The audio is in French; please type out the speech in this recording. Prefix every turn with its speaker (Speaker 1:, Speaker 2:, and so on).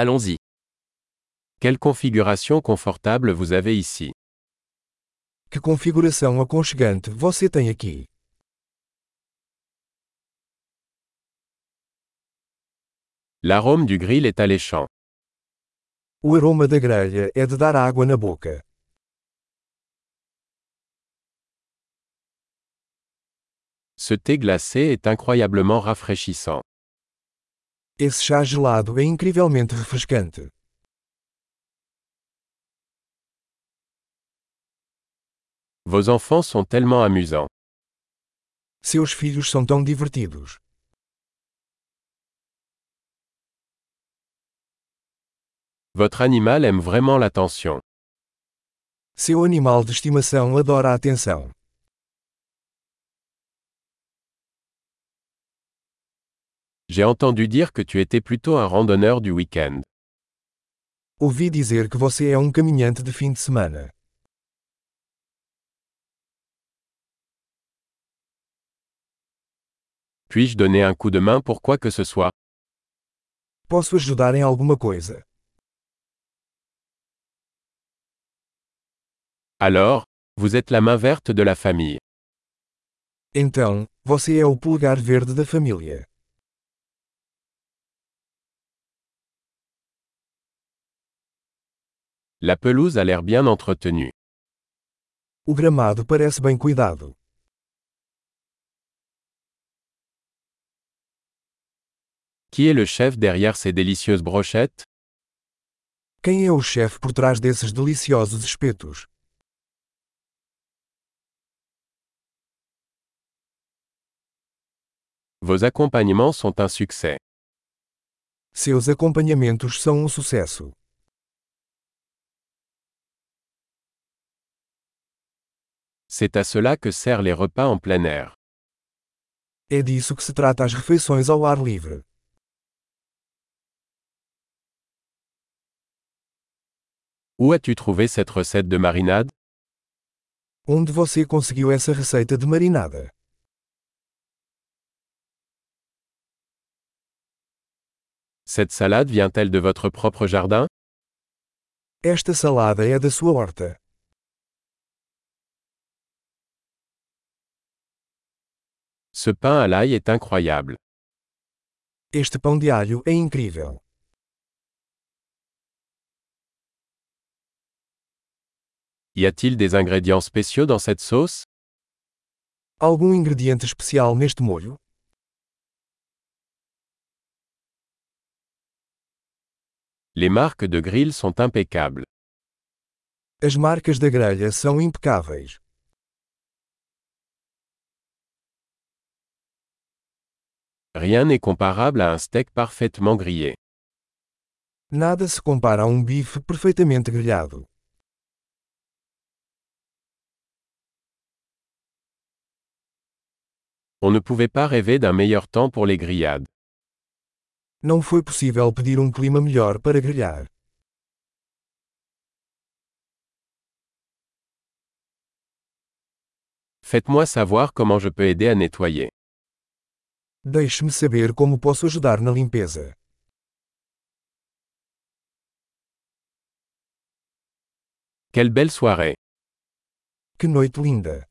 Speaker 1: Allons-y.
Speaker 2: Quelle configuration confortable vous avez ici.
Speaker 3: Que configuração aconchegante você tem aqui.
Speaker 2: L'arôme du grill est alléchant.
Speaker 3: O aroma da grelha é de dar água na boca.
Speaker 2: Ce thé glacé est incroyablement rafraîchissant.
Speaker 3: Esse chá gelado é incrivelmente refrescante.
Speaker 2: Vos enfants sont tellement amusants.
Speaker 3: Seus filhos são tão divertidos.
Speaker 2: Votre animal aime vraiment l'attention.
Speaker 3: Seu animal de estimação adora a atenção.
Speaker 2: J'ai entendu dire que tu étais plutôt un randonneur du week-end.
Speaker 3: Ouvi dizer que você é um caminhante de fim de semana.
Speaker 2: Puis-je donner un coup de main pour quoi que ce soit
Speaker 3: Posso ajudar em alguma coisa?
Speaker 2: Alors, vous êtes la main verte de la famille.
Speaker 3: Então, você é o polegar verde da família.
Speaker 2: La pelouse a l'air bien entretenue.
Speaker 3: O gramado parece bem cuidado.
Speaker 2: Qui est le chef derrière ces délicieuses brochettes
Speaker 3: Quem é o chefe por trás desses deliciosos espetos?
Speaker 2: Vos accompagnements sont un succès.
Speaker 3: Seus acompanhamentos são um sucesso.
Speaker 2: C'est à cela que servent les repas en plein air.
Speaker 3: É disso que se trata as refeições ao ar livre.
Speaker 2: Où as-tu trouvé cette recette de marinade
Speaker 3: Onde você conseguiu essa receita de marinada?
Speaker 2: Cette salade vient-elle de votre propre jardin
Speaker 3: Esta salada é da sua horta.
Speaker 2: Ce pain à l'ail est incroyable.
Speaker 3: Este pão de alho é incrível.
Speaker 2: Y a-t-il des ingrédients spéciaux dans cette sauce
Speaker 3: Algum ingrediente especial neste molho?
Speaker 2: Les marques de grill sont impeccables.
Speaker 3: As marcas da grelha são impecáveis.
Speaker 2: Rien n'est comparable à un steak parfaitement grillé.
Speaker 3: Nada se compara a um bife perfeitamente grelhado.
Speaker 2: On ne pouvait pas rêver d'un meilleur temps pour les grillades.
Speaker 3: Não foi possível pedir um clima melhor para grelhar.
Speaker 2: Faites-moi savoir comment je peux aider à nettoyer.
Speaker 3: Deixe-me saber como posso ajudar na limpeza.
Speaker 2: Quelle belle soirée
Speaker 3: Que noite linda!